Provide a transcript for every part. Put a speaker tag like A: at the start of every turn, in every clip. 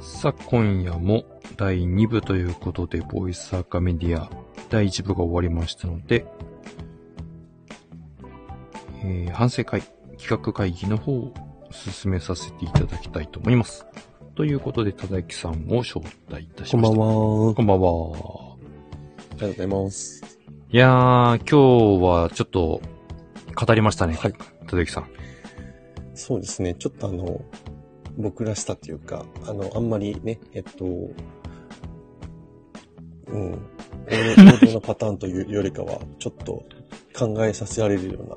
A: さあ、今夜も第2部ということで、ボイスアカメディア第1部が終わりましたので、えー反省会、企画会議の方を進めさせていただきたいと思います。ということで、ただゆきさんを招待いたし
B: こん
A: ま
B: ば
A: した。は。
B: んは。
A: こんばんは。
B: ありがとうございます。
A: いやー、今日はちょっと語りましたね。
B: はい。
A: ただゆきさん。
B: そうですね。ちょっとあの、僕らしたというか、あの、あんまりね、えっと、うん、行動のパターンというよりかは、ちょっと考えさせられるような、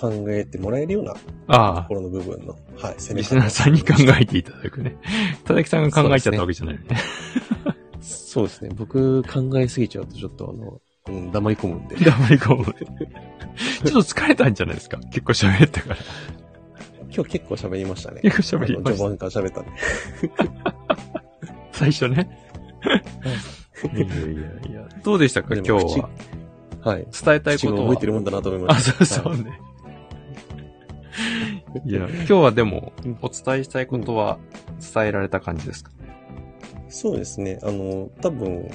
B: 考えてもらえるような
A: あ
B: 心の部分の、はい、
A: あ、
B: 攻
A: リスナーさんに考えていただくね。ただゆきさんが考えちゃったわけじゃないね。
B: そうですね。僕考えすぎちゃうと、ちょっとあの、うん、黙り込むんで。
A: 黙り込む。ちょっと疲れたんじゃないですか結構喋ったから。
B: 今日結構喋りましたね。
A: 結構 喋りま
B: あの
A: した。
B: 序盤から喋ったんで。
A: 最初ね。いやいやいや。どうでしたか
B: で
A: 今
B: も
A: 日は。
B: はい。
A: 伝えたい
B: 口
A: こ
B: が
A: と
B: 覚え
A: は
B: て。るもんだなと思いま
A: あ、
B: し
A: そう
B: た。
A: そう
B: はい
A: ね。いや、今日はでも、お伝えしたいことは伝えられた感じですか
B: そうですね。あの、多分、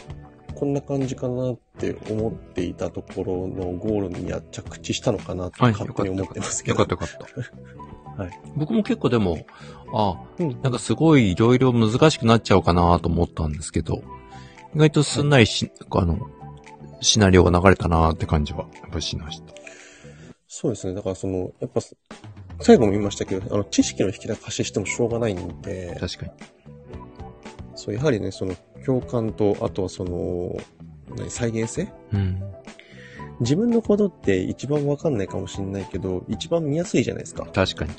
B: こんな感じかなって思っていたところのゴールには着地したのかなって
A: はい
B: 勝手に思ってますけ
A: よ
B: ど。
A: かったよかった。
B: はい
A: 僕も結構でも、あ、
B: うん
A: なんかすごいいろいろ難しくなっちゃうかなと思ったんですけど、意外とすんなりし、あの、シナリオが流れたなって感じは、やっぱりしました。
B: そうですね。だからその、やっぱ、最後も言いましたけど、あの、知識の引き出ししてもしょうがないんで、
A: 確かに。
B: そう、やはりね、その、共感と、あとはその、何再現性
A: うん。
B: 自分のことって一番わかんないかもしれないけど、一番見やすいじゃないですか。
A: 確かに。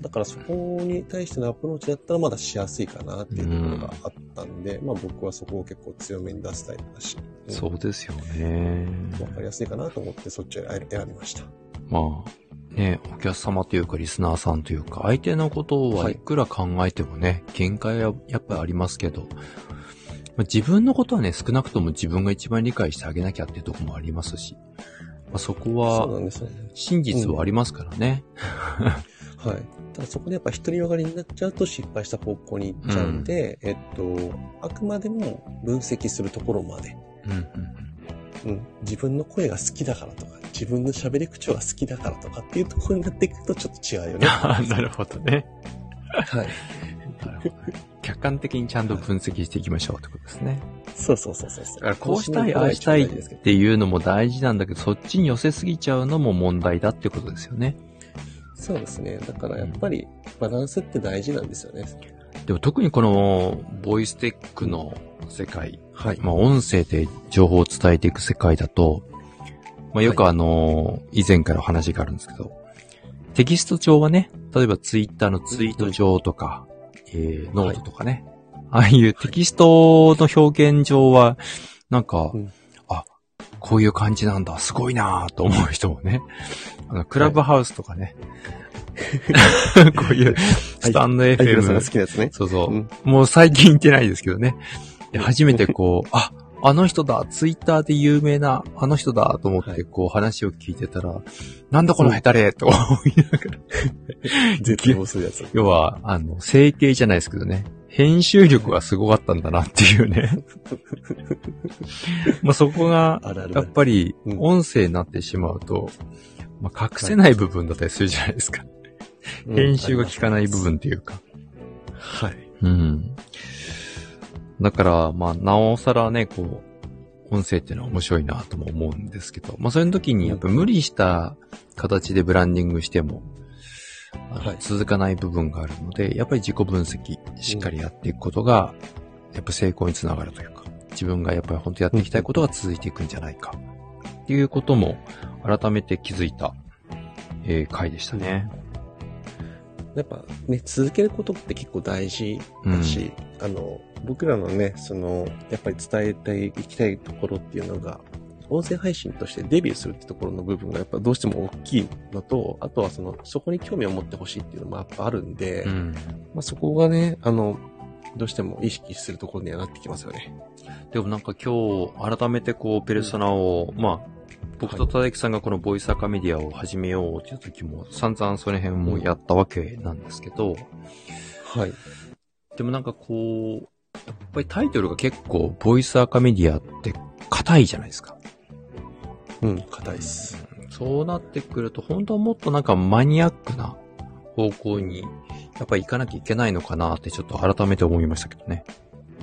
B: だからそこに対してのアプローチだったらまだしやすいかなっていうところがあったんで、まあ僕はそこを結構強めに出すタイプだし、うん
A: そうですよね。
B: わかりやすいかなと思ってそっちを選びました。
A: まあ、ね、お客様というかリスナーさんというか、相手のことは
B: はい
A: いくら考えてもね、限界はやっぱりありますけど、まあ自分のことはね、少なくとも自分が一番理解してあげなきゃっていうところもありますし、まあ、そこ
B: そう
A: は
B: なんですよね。
A: 真実はありますからね。
B: はい。ただそこでやっぱ独りよがりになっちゃうと失敗した方向に行っちゃうんで、えっと、あくまでも分析するところまで、
A: うん、うん、
B: うん、自分の声が好きだからとか、自分の喋り口調が好きだからとかっていうところになっていくとちょっ と違うよね。
A: なるほどね。
B: はい。
A: なるほど客観的にちゃんと分析していきましょうってことですね。
B: そうそうそうそう
A: だからこうしたい、ああしたいっ
B: ですけど
A: ていうのも大事なんだけど、そっちに寄せすぎちゃうのも問題だってことですよね。
B: そうですね。だからやっぱりバランスって大事なんですよね。
A: でも特にこの、ボイステックの世界、
B: はい。
A: まあ音声で情報を伝えていく世界だと、まあよくあの、以前からお話があるんですけど、テキスト上はね、例えばツイッターのツイート上とか、えー、ノートとかね、ああいうテキストの表現上は、なんか、
B: うん
A: あ、こういう感じなんだ、すごいなぁと思う人もね、あの、クラブハウスとかね、 こういう、スタンド
B: アイテムさん
A: FM
B: が好きなやつね。
A: そうそう。
B: うん
A: もう最近行ってないですけ どね。で初めてこう、あ、あの人だ、ツイッターで有名なあの人だと思っ
B: は
A: て
B: い
A: こう話を聞いてたら、なんだこのヘタレと 思いながら。
B: 絶望するやつ。
A: 要は、あの、整形じゃないですけどね。編集力がすごかったんだなっていう ね。まあそこが、
B: あるある
A: や
B: あ
A: っ
B: る。
A: ぱり
B: うん
A: 音声になってしまうと、まあ隠せない部分だったりするじゃないですか。編集が効かない部分っていうか。
B: うん。はい。
A: うん。だから、まあ、なおさらね、こう、音声ってのは面白いなとも思うんですけど、まあ、それの時にやっぱ無理した形でブランディングしても、あの
B: はい
A: 続かない部分があるので、やっぱり自己分析、しっかりやっていくことが、やっぱ成功につながるというか、自分がやっぱり本当やっていきたいことが続いていくんじゃないか、っていうことも改めて気づいた、えー回でしたね。
B: やっぱね、続けることって結構大事
A: うん
B: だ。し、あの、僕らのね、その、やっぱり伝えていきたいところっていうのが、音声配信としてデビューするってところの部分がやっぱどうしても大きいのと、あとはその、そこに興味を持ってほしいっていうのもやっぱあるんで、
A: うん。
B: まあ、そこがね、あの、どうしても意識するところにはなってきますよね。
A: でもなんか今日改めてこうペルソナを、まあ、僕と田崎さんがこのボイスアカメディアを始めようっていう時も散々その辺もやったわけなんですけど、
B: はい。
A: でもなんかこう、やっぱりタイトルが結構、ボイスアカメディアって硬いじゃないですか。
B: うん、硬いっす。
A: そうなってくると、本当はもっとなんかマニアックな方向に、やっぱり行かなきゃいけないのかなってちょっと改めて思いましたけどね。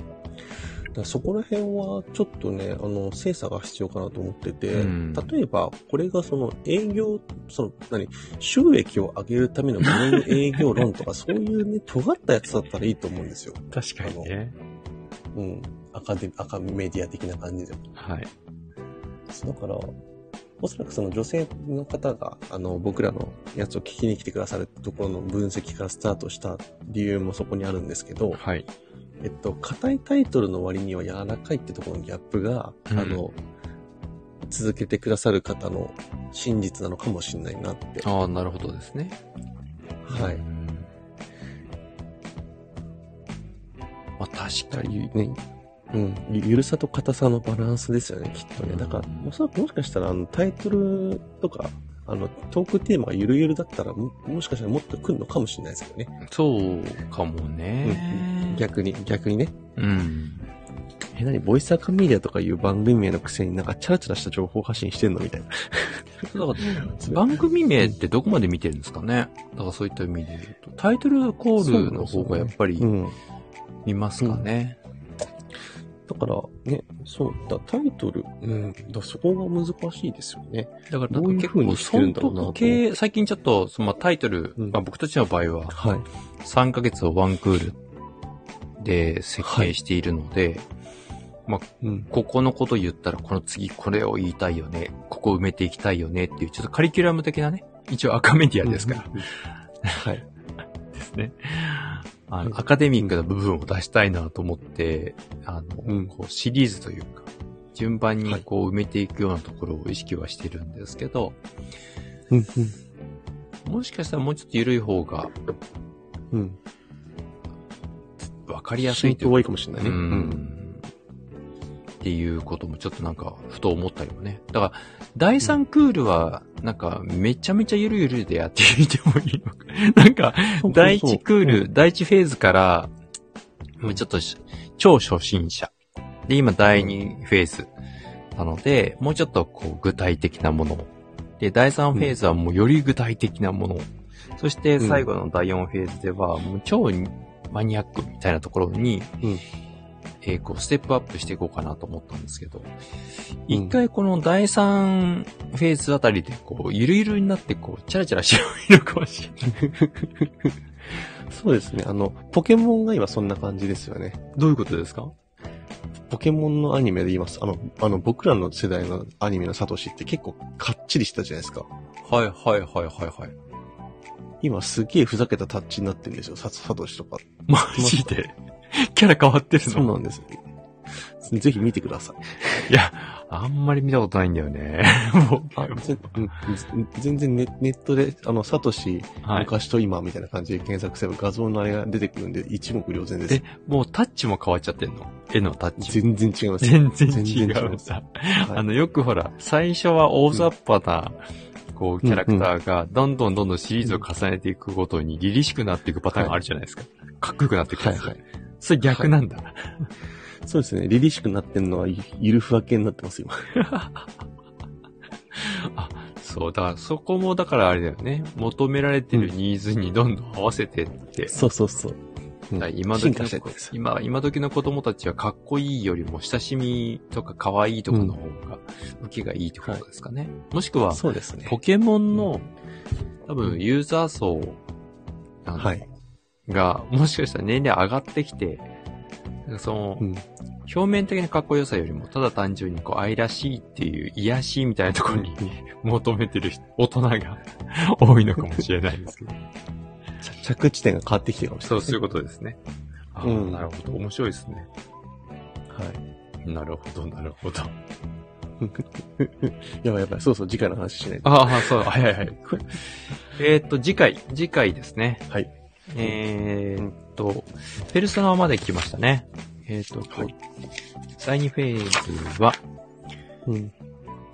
B: だからそこら辺はちょっとね、あの、精査が必要かなと思ってて、
A: うん
B: 例えば、これがその営業、その、何、収益を上げるための無限営業論 とか、そういうね、尖ったやつだったらいいと思うんですよ。
A: 確
B: かにね。うん。アカデミ、アカメディア的な感じでも。
A: はい。
B: だから、おそらくその女性の方が、あの、僕らのやつを聞きに来てくださるところの分析からスタートした理由もそこにあるんですけど、
A: はい。
B: えっと、硬いタイトルの割には柔らかいってところのギャップが、
A: うん
B: あの、続けてくださる方の真実なのかもしれないなって。
A: ああ、なるほどですね。
B: は
A: う
B: い。
A: んまあ確か
B: だから
A: に。
B: ゆね、うん、ゆゆるさと硬さのバランスですよね、きっとね。だから、おそらくもしかしたら、あの、タイトルとか、あの、トークテーマがゆるゆるだったら、ももしかしたらもっと来るのかもしれないですけどね。
A: そうかもね。
B: 逆に、逆にね。
A: うん。
B: え、何ボイスアカメディアとかいう番組名のくせになんかチャラチャラした情報発信してんのみたい な。
A: だから、 番組名ってどこまで見てるんですかねだからそういった意味で言うと。タイトルコールの方がやっぱり
B: うん。
A: 見ますかね。
B: だから、ね、そう、だタイトル、うん、だそこが難しいですよね。
A: だから、
B: どういう
A: 結
B: 風
A: 構
B: にしてる
A: 損
B: んだろうなと
A: 得系、最近ちょっと、そのまあタイトル、
B: うん
A: まあ僕たちの場合は、
B: はい。
A: 3ヶ月をワンクールで設計しているので、
B: うん。
A: ここのこと言ったら、この次これを言いたいよね、ここ埋めていきたいよねっていう、ちょっとカリキュラム的なね、一応アカメディアですから、
B: うん。はい。
A: ですね。あ
B: うん
A: の、アカデミックな部分を出したいなと思って、あの、
B: うん
A: こうシリーズというか、順番
B: は
A: に
B: い
A: こう埋めていくようなところを意識はしてるんですけど、
B: うん、
A: もしかしたらもうちょっと緩い方が
B: うん。うん。
A: 分かりやすいという
B: 多
A: か
B: いかもしれないね。
A: う。んっていうこともちょっとなんか、ふと思ったりもね。だから、第3クールは、なんか、めちゃめちゃゆるゆるでやってみてもいいのか。 なんか、
B: そうそうそう
A: 第1クール、第1フェーズから、もうちょっとし、超初心者。で、今、第2フェーズ。なので、もうちょっとこう、具体的なものを。で、第3フェーズはもうより具体的なものを。そして、最後の第4フェーズでは、もう超マニアックみたいなところに、
B: うん
A: えーこう、ステップアップしていこうかなと思ったんですけど、
B: うん
A: 一回この第3フェーズあたりで、こう、ゆるゆるになって、こう、チャラチャラしよう いのかもしれない。
B: そうですね。あの、ポケモンが今そんな感じですよね。
A: どういうことですか
B: ポケモンのアニメで言います。あの、あの、僕らの世代のアニメのサトシって結構かっちりしたじゃないですか。
A: はいはいはいはい はい。
B: 今すげえふざけたタッチになってるんですよ。ササトシとか。
A: マジで キャラ変わってる
B: そう
A: の
B: なんです。ぜひ見てください。
A: いや、あんまり見たことないんだよ ね。も
B: あぜうん全然ネネットで、あの、サトシ、
A: うはい。
B: 昔と今みたいな感じで検索すれば画像のあれが出てくるんで一目瞭然です
A: え。もうタッチも変わっちゃってんの絵のタッチ。
B: 全然違います。
A: 全然違
B: 全然違いうま
A: ん
B: す
A: だ。
B: はい
A: あの、よくほら、最初は大雑把な、こう、キャラクターが、どんどんどんどんシリーズを重ねていくごとに、凛々しくなっていくパターンがあるじゃないですか。かっこよくなっていく
B: は
A: や
B: い
A: つ。
B: はい。
A: それ逆なんだ。
B: そうですね。凛々しくなってんのはゆゆるふわ系になってます、今。
A: そう、だから、そこも、だからあれだよね。求められてるニーズにどんどん合わせてって。
B: そうそうそう。うん
A: だから今時
B: 進
A: の
B: 化して
A: 子
B: ってます。
A: 今、今時の子供たちはかっこいいよりも親しみとか可愛いとかの方が、受けがいいってことですかね。もしくは、
B: そうですね。
A: ポケモンの、多分、ユーザー層なんだ
B: はい。
A: が、もしかしたら年齢上がってきて、なんかその
B: う、ん。
A: 表面的なかっこよさよりも、ただ単純にこう、愛らしいっていう、癒やしみたいなところに 求めてる人大人が 多いのかもしれないですけど。
B: 着着地点が変わってきてるかもしれ
A: そ
B: な
A: う、
B: い。
A: そういうことですね。あー
B: うん
A: なるほど。面白いですね。
B: はい。
A: なるほど、なるほど。
B: やばいやばい。そうそう、次回の話しないと。
A: ああ、そう、はいはいはい。えーっと、次回、次回ですね。
B: はい。
A: えーっと、ペルソナまで来ましたね。えーっと、
B: はい
A: 第2フェーズは、
B: うん。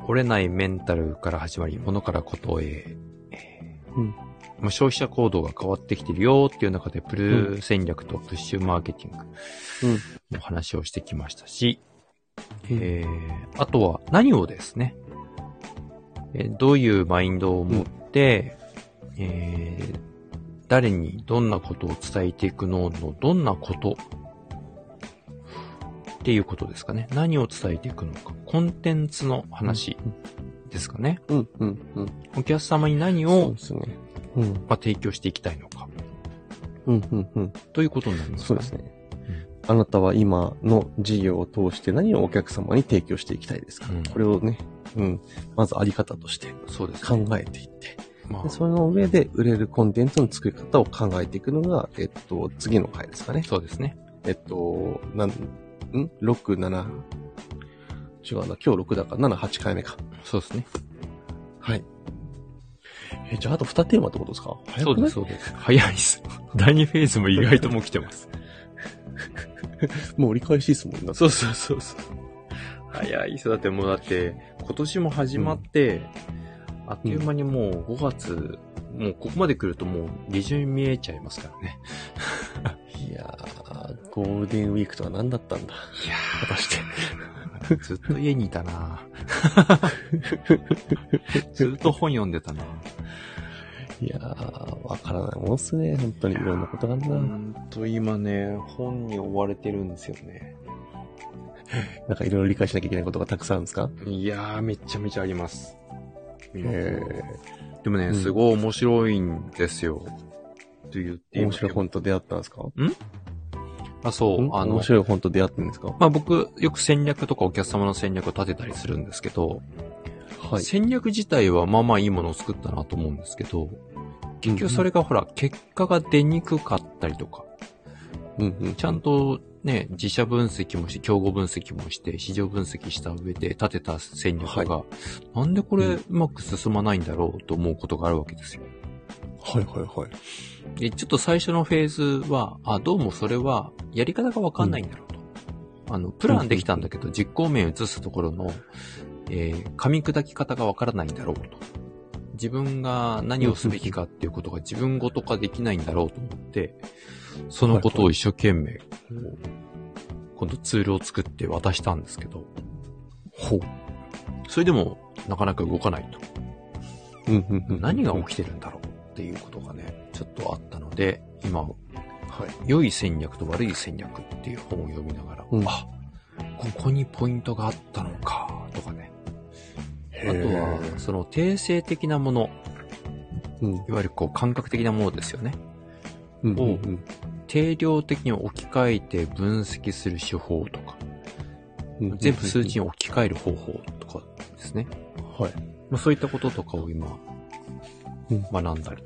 A: 折れないメンタルから始まり、物からことへ、えー
B: うん
A: まあ、消費者行動が変わってきてるよっていう中で、プル戦略とプッシュマーケティン
B: うん
A: グの話をしてきましたし、えーあとは何をですね、えーどういうマインドを持って、えー誰にどんなことを伝えていくののどんなことっていうことですかね。何を伝えていくのか。コンテンツの話ですかね。
B: うん、うん、うん。
A: お客様に何
B: そう
A: を
B: で、すね。うん、
A: まあ、提供していきたいのか。
B: うん、うん、うん。
A: ということになります
B: そう
A: かね
B: ですね。あなたは今の事業を通して何をお客様に提供していきたいですか、
A: うん
B: これをね、うん、まずあり方として
A: そうですね。
B: 考えていって、
A: ま
B: で
A: あ、
B: その上で売れるコンテンツの作り方を考えていくのが、えっと、次の回ですかね。
A: そうですね。
B: えっと、なん、ん ?6、7、違うな、今日6だから7、8回目か。
A: そうですね。
B: はい。え、じゃああと2テーマってことですか早
A: そう
B: く
A: で
B: ない
A: す、そうです。早いです。 第2フェーズも意外ともう来てます。
B: もう折り返しですもんな。
A: そうそうそうそう。早いです。だってもうだって、今年も始まって、あっという間にもう5月、もうここまで来るともう下旬見えちゃいますからね。
B: いやー、ゴールデンウィークとは何だったんだ。
A: いやー、果た して。ずっと家にいた なずっと本読んでたない
B: やー、わからないもんっすね。本当にいろんなことがある
A: ほ
B: な。
A: んと今ね、本に追われてるんですよね。
B: なんかいろいろ理解しなきゃいけないことがたくさんあるんですか
A: いやー、めちゃめちゃあります。
B: え
A: でもね、
B: うん
A: すごい面白いんですよ。と言っ
B: ー、
A: て
B: 面白い本と出会ったんですか
A: あ、そう、
B: ん
A: あの
B: 面、白い本と出会ってんですか
A: まあ僕、よく戦略とかお客様の戦略を立てたりするんですけど、
B: はい。
A: 戦略自体はまあまあいいものを作ったなと思うんですけど、結局それがほら、結果が出にくかったりとか、
B: うんうん。
A: ちゃんとね、自社分析もして、競合分析もして、市場分析した上で立てた戦略が、なんでこれ
B: うん
A: うまく進まないんだろうと思うことがあるわけですよ。
B: はいはいはい。
A: で、ちょっと最初のフェーズは、あ、どうもそれは、やり方がわかんないんだろうと。あの、プランできたんだけど、実行面を移すところの、えー噛み砕き方がわからないんだろうと。自分が何をすべきかっていうことが自分ごと化できないんだろうと思って、そのことを一生懸命、こう今度ツールを作って渡したんですけど、
B: ほう。
A: それでもなかなか動かないと。
B: うんうんうん。
A: 何が
B: は
A: 起きてるんだろうっていうことがね、ちょっとあったので、今、
B: い。
A: 良い戦略と悪い戦略っていう本を読みながら、
B: うん
A: あ、ここにポイントがあったのか、とかね。あ
B: へ
A: とは、その定性的なもの、
B: うん。
A: いわゆるこう感覚的なものですよね。
B: うんうんうん
A: 定量的に置き換えて分析する手法とか、
B: うんうん
A: 全部数値に置き換える方法とかですね。
B: はい。
A: まあ、そういったこととかを今
B: うん、
A: 学んだり。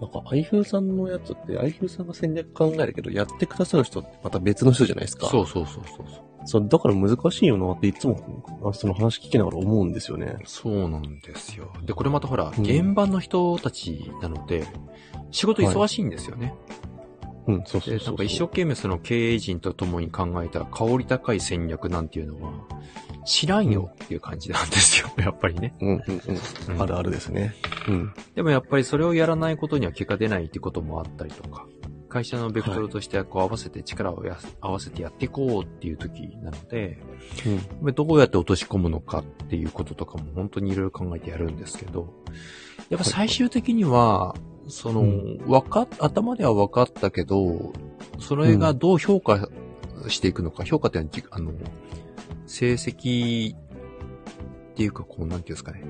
B: なんか、アイフーさんのやつって、アイフーさんが戦略考えるけど、やってくださる人ってまた別の人じゃないですか。。
A: そううそうそうそうそう。
B: そう、だから難しいよなっていつも、あその話聞きながら思うんですよね。
A: そうなんですよ。で、これまたほら、
B: うん
A: 現場の人たちなので、仕事忙しいんですよね。
B: うん、そうそうそう
A: で、
B: そう。
A: なんか一生懸命その経営陣と共に考えた香り高い戦略なんていうのは、知らんよっていう感じなんですよ、やっぱりね。
B: うんうんうん。あるあるですね。うん。
A: でもやっぱりそれをやらないことには結果出ないってこともあったりとか、会社のベクトルとしてこう合わせて力をやす合わせてやっていこうっていう時なので、
B: うん。
A: まあどうやって落とし込むのかっていうこととかも本当にいろいろ考えてやるんですけど、やっぱ最終的には、その
B: う、
A: わかっ、頭では分かったけど、それがどう評価していくのか、評価っていうのはじ、あの、成績っていうか、こう、なんていうんですかね、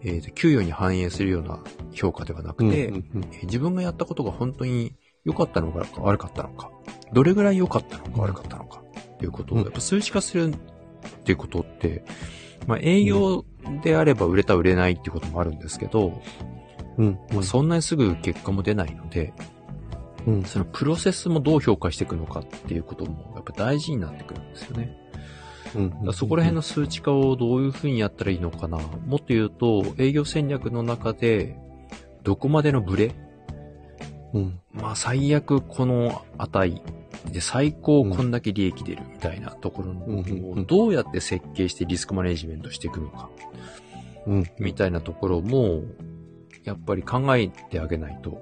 A: えーと、給与に反映するような評価ではなくて、
B: うんうんうん
A: えー自分がやったことが本当に良かったのか悪かったのか、どれぐらい良かったのか悪かったのか、っていうことを、
B: うん
A: やっぱ数値化するっていうことって、まあ営業であれば売れた売れないっていうこともあるんですけど、
B: うん。
A: まあそんなにすぐ結果も出ないので、
B: うん。
A: そのプロセスもどう評価していくのかっていうこともやっぱ大事になってくるんですよね。だからそこら辺
B: の、
A: の数値化をどういうふうにやったらいいのかな。もっと言うと、営業戦略の中で、どこまでのブレ
B: うん。
A: まあ最悪この値で最高こんだけ利益出るみたいなところの
B: うんうんうん
A: をどうやって設計してリスクマネジメントしていくのか。
B: うん。
A: みたいなところも、やっぱり考えてあげないと、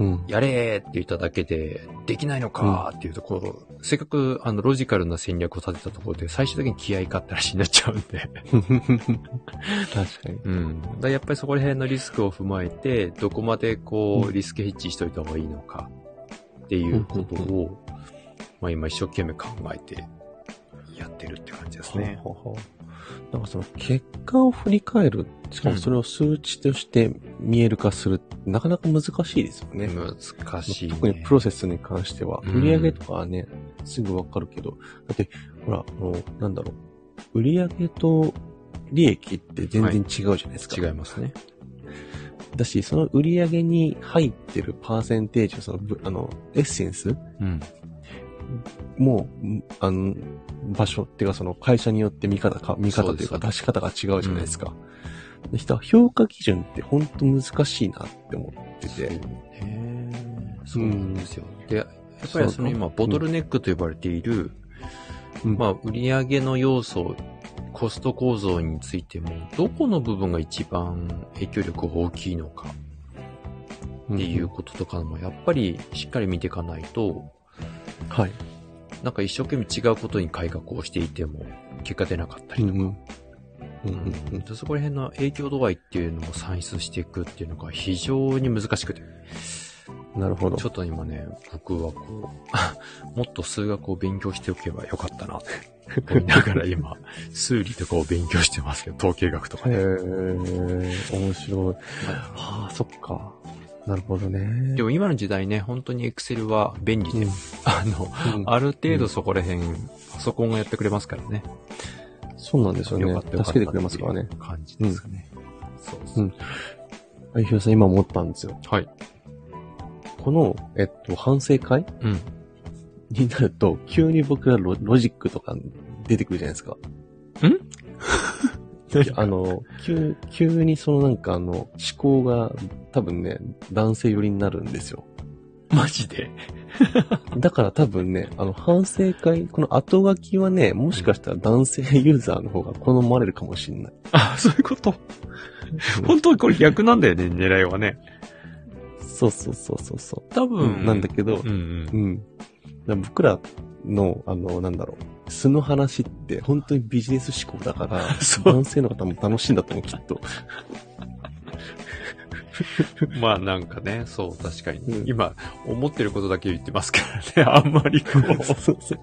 B: うん。
A: やれーって言っただけで、できないのかーっていうと、こう、せっかく、あの、ロジカルな戦略を立てたところで、最終的に気合い勝ったらしになっちゃうんで。
B: 確かに。
A: うん。だからやっぱりそこら辺のリスクを踏まえて、どこまでこ
B: う
A: う、リスクヘッジしといた方がいいのか、っていうこと
B: うん
A: を、まあ今一生懸命考えて、やってるって感じですね。
B: ほうほうほうなんかその結果を振り返る、しかもそれを数値として見える化する、なかなか難しいですよね。
A: 難しい、ね。
B: 特にプロセスに関しては、
A: うん
B: 売り上げとかはね、すぐわかるけど、だって、ほら、あの、なんだろう、売り上げと利益って全然違うじゃないですか。
A: 違いますね。
B: だし、その売り上げに入ってるパーセンテージのそのぶ、あの、エッセンス
A: うん。
B: もう、んあの、場所っていうかその会社によって見方か、見方とい
A: そ
B: うか
A: うです
B: 出し方が違うじゃないですか。で人は評価基準って本当難しいなって思ってて。
A: そうなんですよ。で、やっぱりその今、ボトルネックと呼ばれている、
B: うん
A: まあ、売り上げの要素、コスト構造についても、どこの部分が一番影響力が大きいのか
B: っ
A: っていう。こととかも、やっぱりしっかり見ていかないと、
B: はい。
A: なんか一生懸命違うことに改革をしていても、結果出なかったりとか。
B: うんうん
A: うんでそこら辺の影響度合いっていうのも算出していくっていうのが非常に難しくて。
B: なるほど
A: ち。ょっと今ね、僕はこう、 もっと数学を勉強しておけばよかったなって思いながら今、数理とかを勉強してますけど、統計学とか
B: へ
A: ね。
B: ー、面白い。ああ、そっか。なるほどね。
A: でも今の時代ね、本当に Excel は便利で、あの、
B: うん
A: ある程度そこら辺、パソコンがやってくれますからね。
B: そうなんですよね。
A: よかったよかった。
B: 助けてくれますからね。。
A: 感じですかね。そう
B: う
A: そ
B: ん
A: う。
B: あ、ひろさん今思ったんですよ。
A: はい。
B: この、えっと、反省会
A: うん。
B: になると、急に僕らロロジックとか出てくるじゃないですか。あの、急、急にそのなんかあの、思考が多分ね、男性寄りになるんですよ。
A: マジで
B: だから多分ね、あの、反省会、この後書きはね、もしかしたら男性ユーザーの方が好まれるかもしれない。
A: あ、そういうこと。本当はこれ逆なんだよね、狙いはね。
B: そうそうそうそうそ
A: 多
B: う、
A: 分。
B: なんだけど
A: う、ん
B: うん。だから僕らの、あの、なんだろう、素の話って本当にビジネス思考だから、
A: そう
B: 男性の方も楽しいんだと思う、きっと。
A: うん。まあなんかね、そう、確かに。
B: うん
A: 今、思ってることだけ言ってますからね、あ んまり こ
B: そう
A: う、
B: そうそう。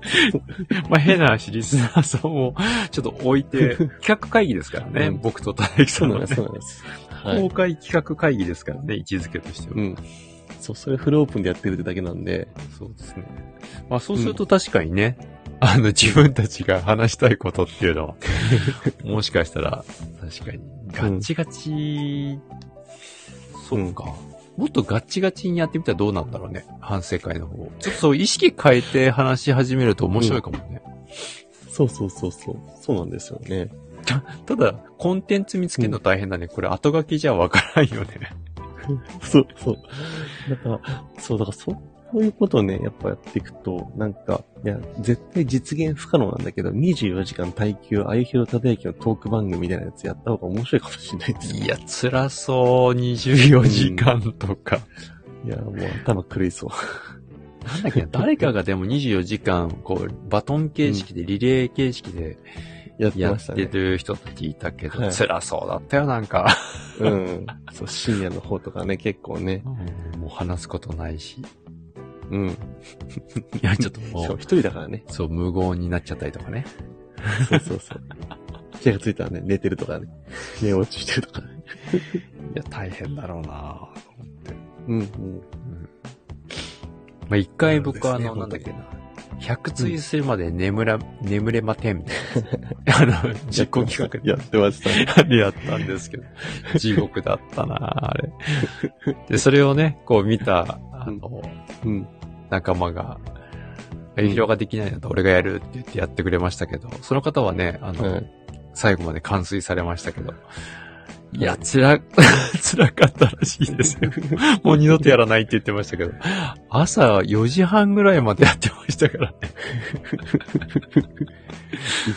A: まあ変な話、リスナーさんも、ちょっと置いて、企 画会議ですからね、
B: うん
A: 僕と田崎さ
B: そうんなん
A: はね
B: です、。そうなんです。はい
A: 公開企画会議ですからね、位置づけとしては。
B: うん。そう、それフルオープンでやってるってだけなんで、
A: そうですね。まあそうすると確かにね、あの自分たちが話したいことっていう のは、もしかしたら、確かに、ガッチガチ、そうか。もっとガッチガチにやってみたらどうなんだろうね。反省会の方。ちょっとそう意識変えて話し始めると面白いかもね。
B: そうそうそうそう。そうなんですよね。
A: ただ、コンテンツ見つけるの大変だね。これ後書きじゃわからんよね。
B: そうそう。だから、そう、だからそう、こういうことをね、やっぱやっていくと、なんか、いや、絶対実現不可能なんだけど、24時間耐久、あゆひろたてやきのトーク番組みたいなやつやった方が面白いかもしれないです。
A: いや、辛そう。24時間とか。
B: いや、もう頭狂いそう。
A: なんだっけな、誰かがでも24時間、こう、バトン形式で、リレー形式で
B: やって
A: や
B: ま
A: っ
B: した
A: て
B: ね。
A: る人って聞いたけど、
B: はい
A: 辛そうだったよ、なんか。
B: うん。そう、深夜の方とかね、結構ね。
A: もう話すことないし。い
B: うん。
A: や、ちょっとも
B: しかも
A: う
B: 一、人だからね。
A: そう、無言になっちゃったりとかね。
B: そうそうそう。気がついたらね、寝てるとかね。寝落ちしてるとかね。
A: いや、大変だろうな
B: うん、うん。
A: まあ、一回僕はあ
B: そうですね
A: の、なんだっけな。100追するまで眠ら、眠れまてんみた いな。あの、実行企画で
B: やってましたね。
A: でやったんですけど、 地獄だったなあ れ。で、それをね、こう見た、あの、
B: うん。
A: 仲間が、
B: ん
A: 営業ができないんだと俺がやるって言ってやってくれましたけど、その方はね、あの、
B: はい
A: 最後まで完遂されましたけど、いや、つら、 つらかったらしいですよ。もう二度とやらないって言ってましたけど。朝4時半ぐらいまでやってましたからね。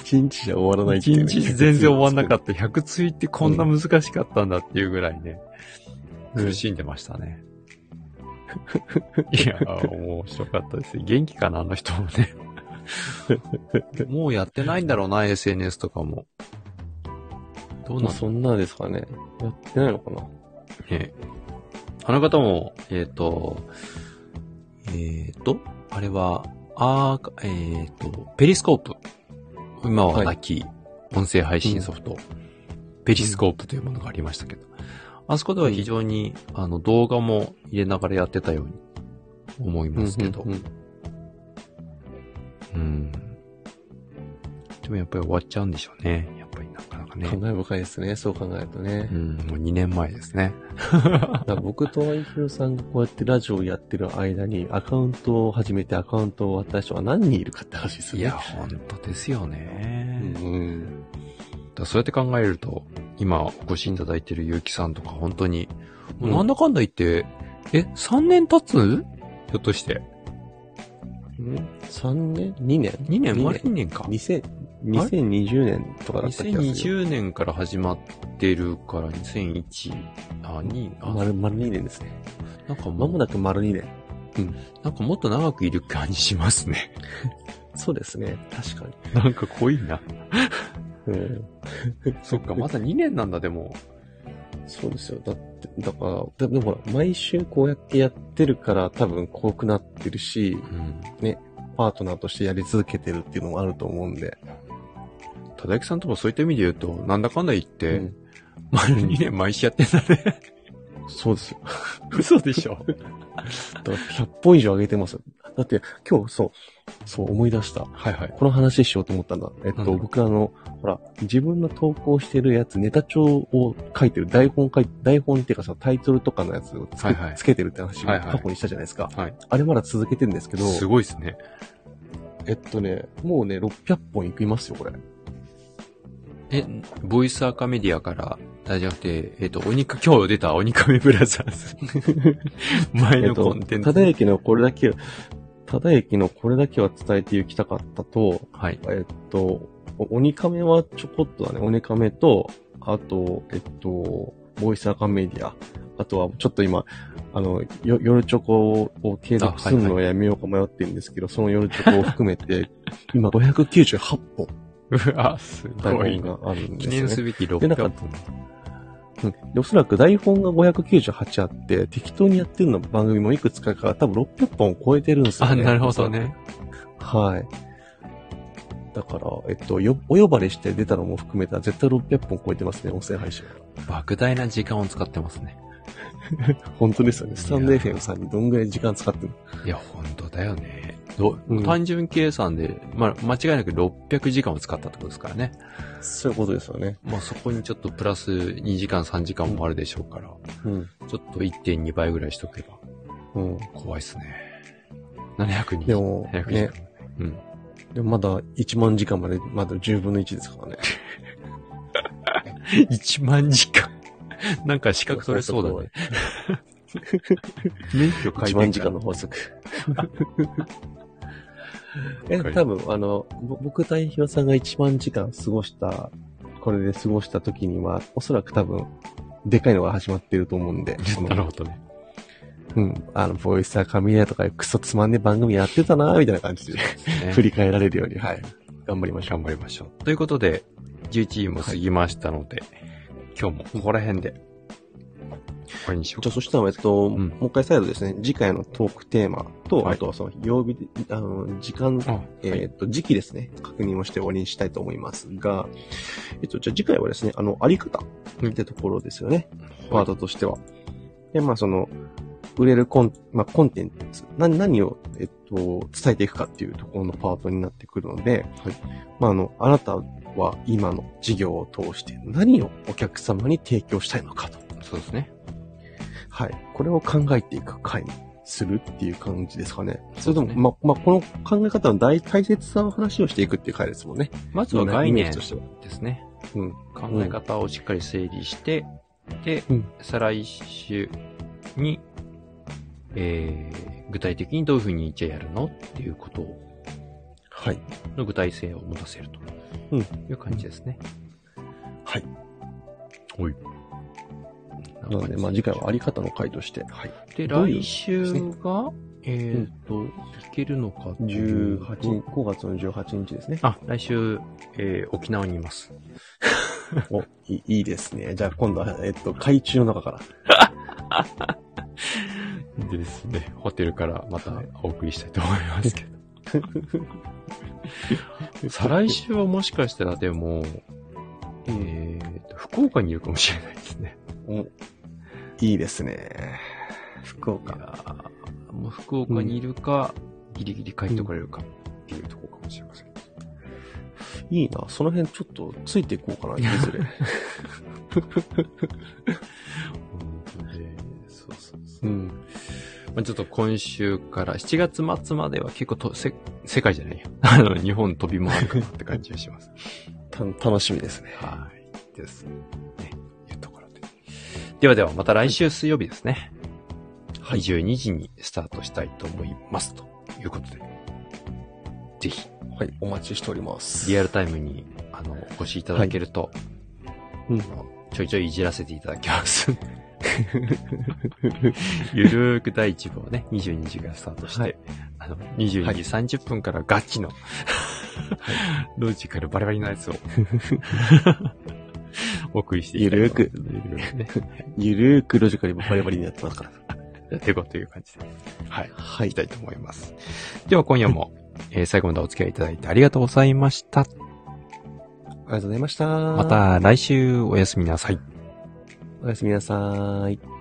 B: 一日じゃ終わらない
A: 一日全然終わんなか
B: っ
A: った。100ついってこんな難しかったんだっていうぐらいね、
B: うん
A: 苦しんでましたね。いや、面白かったですね。元気かな、あの人も ね。もうやってないんだろうな、SNS とかも。どうな
B: た。ま
A: ん
B: あ
A: だ
B: そんなですかね。やってないのかな
A: ねあの方も、えっ、と、えっ、と、あれは、あーえっ、と、ペリスコープ。今はなき音声配信ソフト、ペリスコープというものがありましたけど、あそこでは非常に、あの動画も入れながらやってたように思いますけど、
B: うんうん
A: うんでもやっぱり終わっちゃうんでしょうね。やっぱりなかなかね。
B: うん感慨深いですね。そう考えるとね
A: う。ん、もう2年前ですね。
B: だから僕とワイフルさんがこうやってラジオをやってる間にアカウントを始めてアカウントを終わった人は何人いるかって話です
A: い
B: よね。
A: や、本当ですよ
B: う
A: ね。
B: ん。
A: だからそうやって考えると、今お越しいただいてる結城さんとか本当に、もう
B: うん
A: なんだかんだ言って、え、3年経つひょっとして。
B: うん。3年 ?2 年
A: 2年
B: 二
A: 丸2年か。
B: 2000 2020年とかだった気がするよ。
A: 2020年から始まってるから、2001、あ、2、あ、
B: 丸、丸2年ですね。
A: なんか
B: ま
A: も
B: も
A: う、
B: なく丸2年。
A: なんかもっと長くいる感じしますね。
B: そうですね。確か に。
A: なんか濃いな。
B: うん。
A: そ っか、まだ2年なんだ、でも。
B: そうですよ。だって、だから、ででもほら、毎週こうやってやってるから多分濃くなってるし、
A: うん。
B: パートナーとしてやり続けてるっていうのもあると思うんで。
A: たださんともそういった意味で言うと、なんだかんだ言って、
B: うん
A: 丸2年毎週やってんだね。
B: そうですよ。
A: 嘘でしょ。
B: だから100本以上上げてますよ。だって、今日そう、そう思い出した。
A: はいはい。
B: この話しようと思ったんだ。えっ
A: なん
B: と、
A: だ
B: 僕あの、ほら、自分の投稿してるやつ、ネタ帳を書いてる、台本書い台本っていうかさ、タイトルとかのやつをつけ,、
A: はいはい
B: つけてるって話、
A: はいはい
B: 過去にしたじゃないですか。
A: はい。
B: あれまだ続けてるんですけど、
A: すごいですね。
B: えっとね、もうね、600本いきますよ、これ。
A: え、ボイスアカメディアから、あじゃなくて、えっ、と、鬼か、今日出た鬼亀ブラザーズ。 前
B: えっ
A: の
B: と
A: コンテ、ンツ。
B: ただ駅のこれだけ、ただ駅のこれだけは伝えていきたかったと、
A: はい。
B: えっと、お鬼亀はちょこっとだね。鬼亀と、あと、えっと、ボイスアカメディア。あとは、ちょっと今、あの、よ夜チョコを継続するのをやめようか迷ってるんですけど、その夜チョコを含め て、今598本
A: うわ、す
B: 台
A: ごい
B: 本
A: な。
B: があるんで
A: 記
B: すよ
A: 念
B: ね
A: す。べき
B: でなん
A: 600
B: か
A: 本。
B: うんでおそらく台本が598あって、適当にやってるの番組もいくつかから多分600本を超えてるんですよ
A: あ、
B: ね。
A: なるほどね。
B: はい。だから、えっと、よ、お呼ばれして出たのも含めたら絶対600本超えてますね、音声配信。
A: 莫大な時間を使ってますね。
B: 本当ですよね。スタンド
A: いや
B: FM さんにどんぐらい時間使ってる
A: いや、本当だよね。ど
B: うん
A: 単純計算で、まあ、間違いなく600時間を使ったってことですからね。
B: そういうことですよね。
A: まあ、そこにちょっとプラス2時間、3時間もあるでしょうから、
B: うん。
A: ちょっと1.2倍ぐらいしとけば。
B: うん。
A: 怖いっすね。700人。
B: でも、
A: 700人。
B: ね、
A: うん。
B: でもまだ1万時間まで、まだ10分の1ですからね。
A: 1万時間。なんか資格取れそうだね。免許
B: 1万時間の法 則。え、
A: わかり
B: 多分、あの、ぼ僕とひろさんが1万時間過ごした、これで過ごした時には、おそらく多分、でかいのが始まってると思うんで、こ の
A: なるほどね。
B: うん。あの、ボイスは神谷とかクソつまんねえ番組やってたなみたいな感じで、振
A: ね
B: り返られるように、はい。頑張りましょ
A: 頑張りましょう。ということで、11位も過ぎましたので、今日もここら辺で、終わりにしよ
B: う。
A: う
B: じ
A: か。
B: ゃあ、そしたら、えっと、
A: ん
B: もう一回再度ですね、次回のトークテーマと、
A: はい
B: あとはその、曜日で、あの、時間、
A: あ
B: えーっと、時期ですね、確認をして終わりにしたいと思いますが、えっと、じゃあ次回はですね、あの、あり方ってところですよね、パートとしては。で、まあ、その、売れるコン、まあ、コンテンツ、な何を、えっと、伝えていくかっていうところのパートになってくるので、
A: はい
B: まあ、あの、あなたは今の事業を通して何をお客様に提供したいのかと。
A: そうですね。
B: はい。これを考えていく回にするっていう感じですかね。
A: そ
B: そうれ
A: で
B: と
A: すね
B: も、ま、まあ、この考え方の大大切さの話をしていくっていう回ですもんね。
A: まずは概
B: イメー
A: 念
B: ジと
A: で
B: しては。
A: すね。
B: うん。
A: 考え方をしっかり整理して、で、
B: うん
A: 再来週に、えー、具体的にどういうふうにじゃあやるのっていうことを
B: はい。
A: の具体性を持たせると
B: うん
A: いう感じですね。
B: はい。
A: はい。
B: なので、まあ次回はあり方の回として、はい。
A: で、
B: どうい
A: 来
B: う
A: 週が、えーっと、いけるのか
B: 18
A: 18
B: 日、5月の18日ですね。
A: あ、来週、えー沖縄にいます。
B: お、いいいいですね。じゃあ今度は、えっと、海中の中から。
A: ですね。ホテルからまたお送りしたいと思いますけど。 再来週はもしかしたらでも、えーっと、福岡にいるかもしれないですね。
B: おいいですね。福
A: いや
B: 岡。
A: ーもう福岡にいるか、ギリギリ帰ってこれるかっていうところかもしれません。
B: いいな。その辺ちょっとついていこうかな、いずれ。
A: 本当ねそうそうそうう。ま
B: ん。
A: あ、ちょっと今週から、7月末までは結構とせ、世界じゃないよ。 あの、日本飛び回るかなって感じがします。
B: た、楽しみですね。
A: はい。です。ね。いうところで。ではでは、また来週水曜日ですね。はい。22時にスタートしたいと思います。ということで。ぜひ、
B: はい、お待ちしております。
A: リアルタイムに、あの、お越しいただけると、
B: うん。
A: あのちょいちょいいじらせていただきます。 ゆるーく第1部をね、22時からスタートして、
B: はい
A: あの、22
B: はい
A: 時30分からガチの、 ロージカルバリバリのや つを、お送りしていきたいと思います。ゆるーく。
B: ゆるーくロジカルバリバリにやってますから。
A: やっていこうという感じで、はい、
B: はい
A: きたいと思います。では今夜も、えー最後までお付き合いいただいてありがとうございました。
B: ありがとうございました。ま
A: ま。た来週おやすみなさい。
B: おやすみなさーい。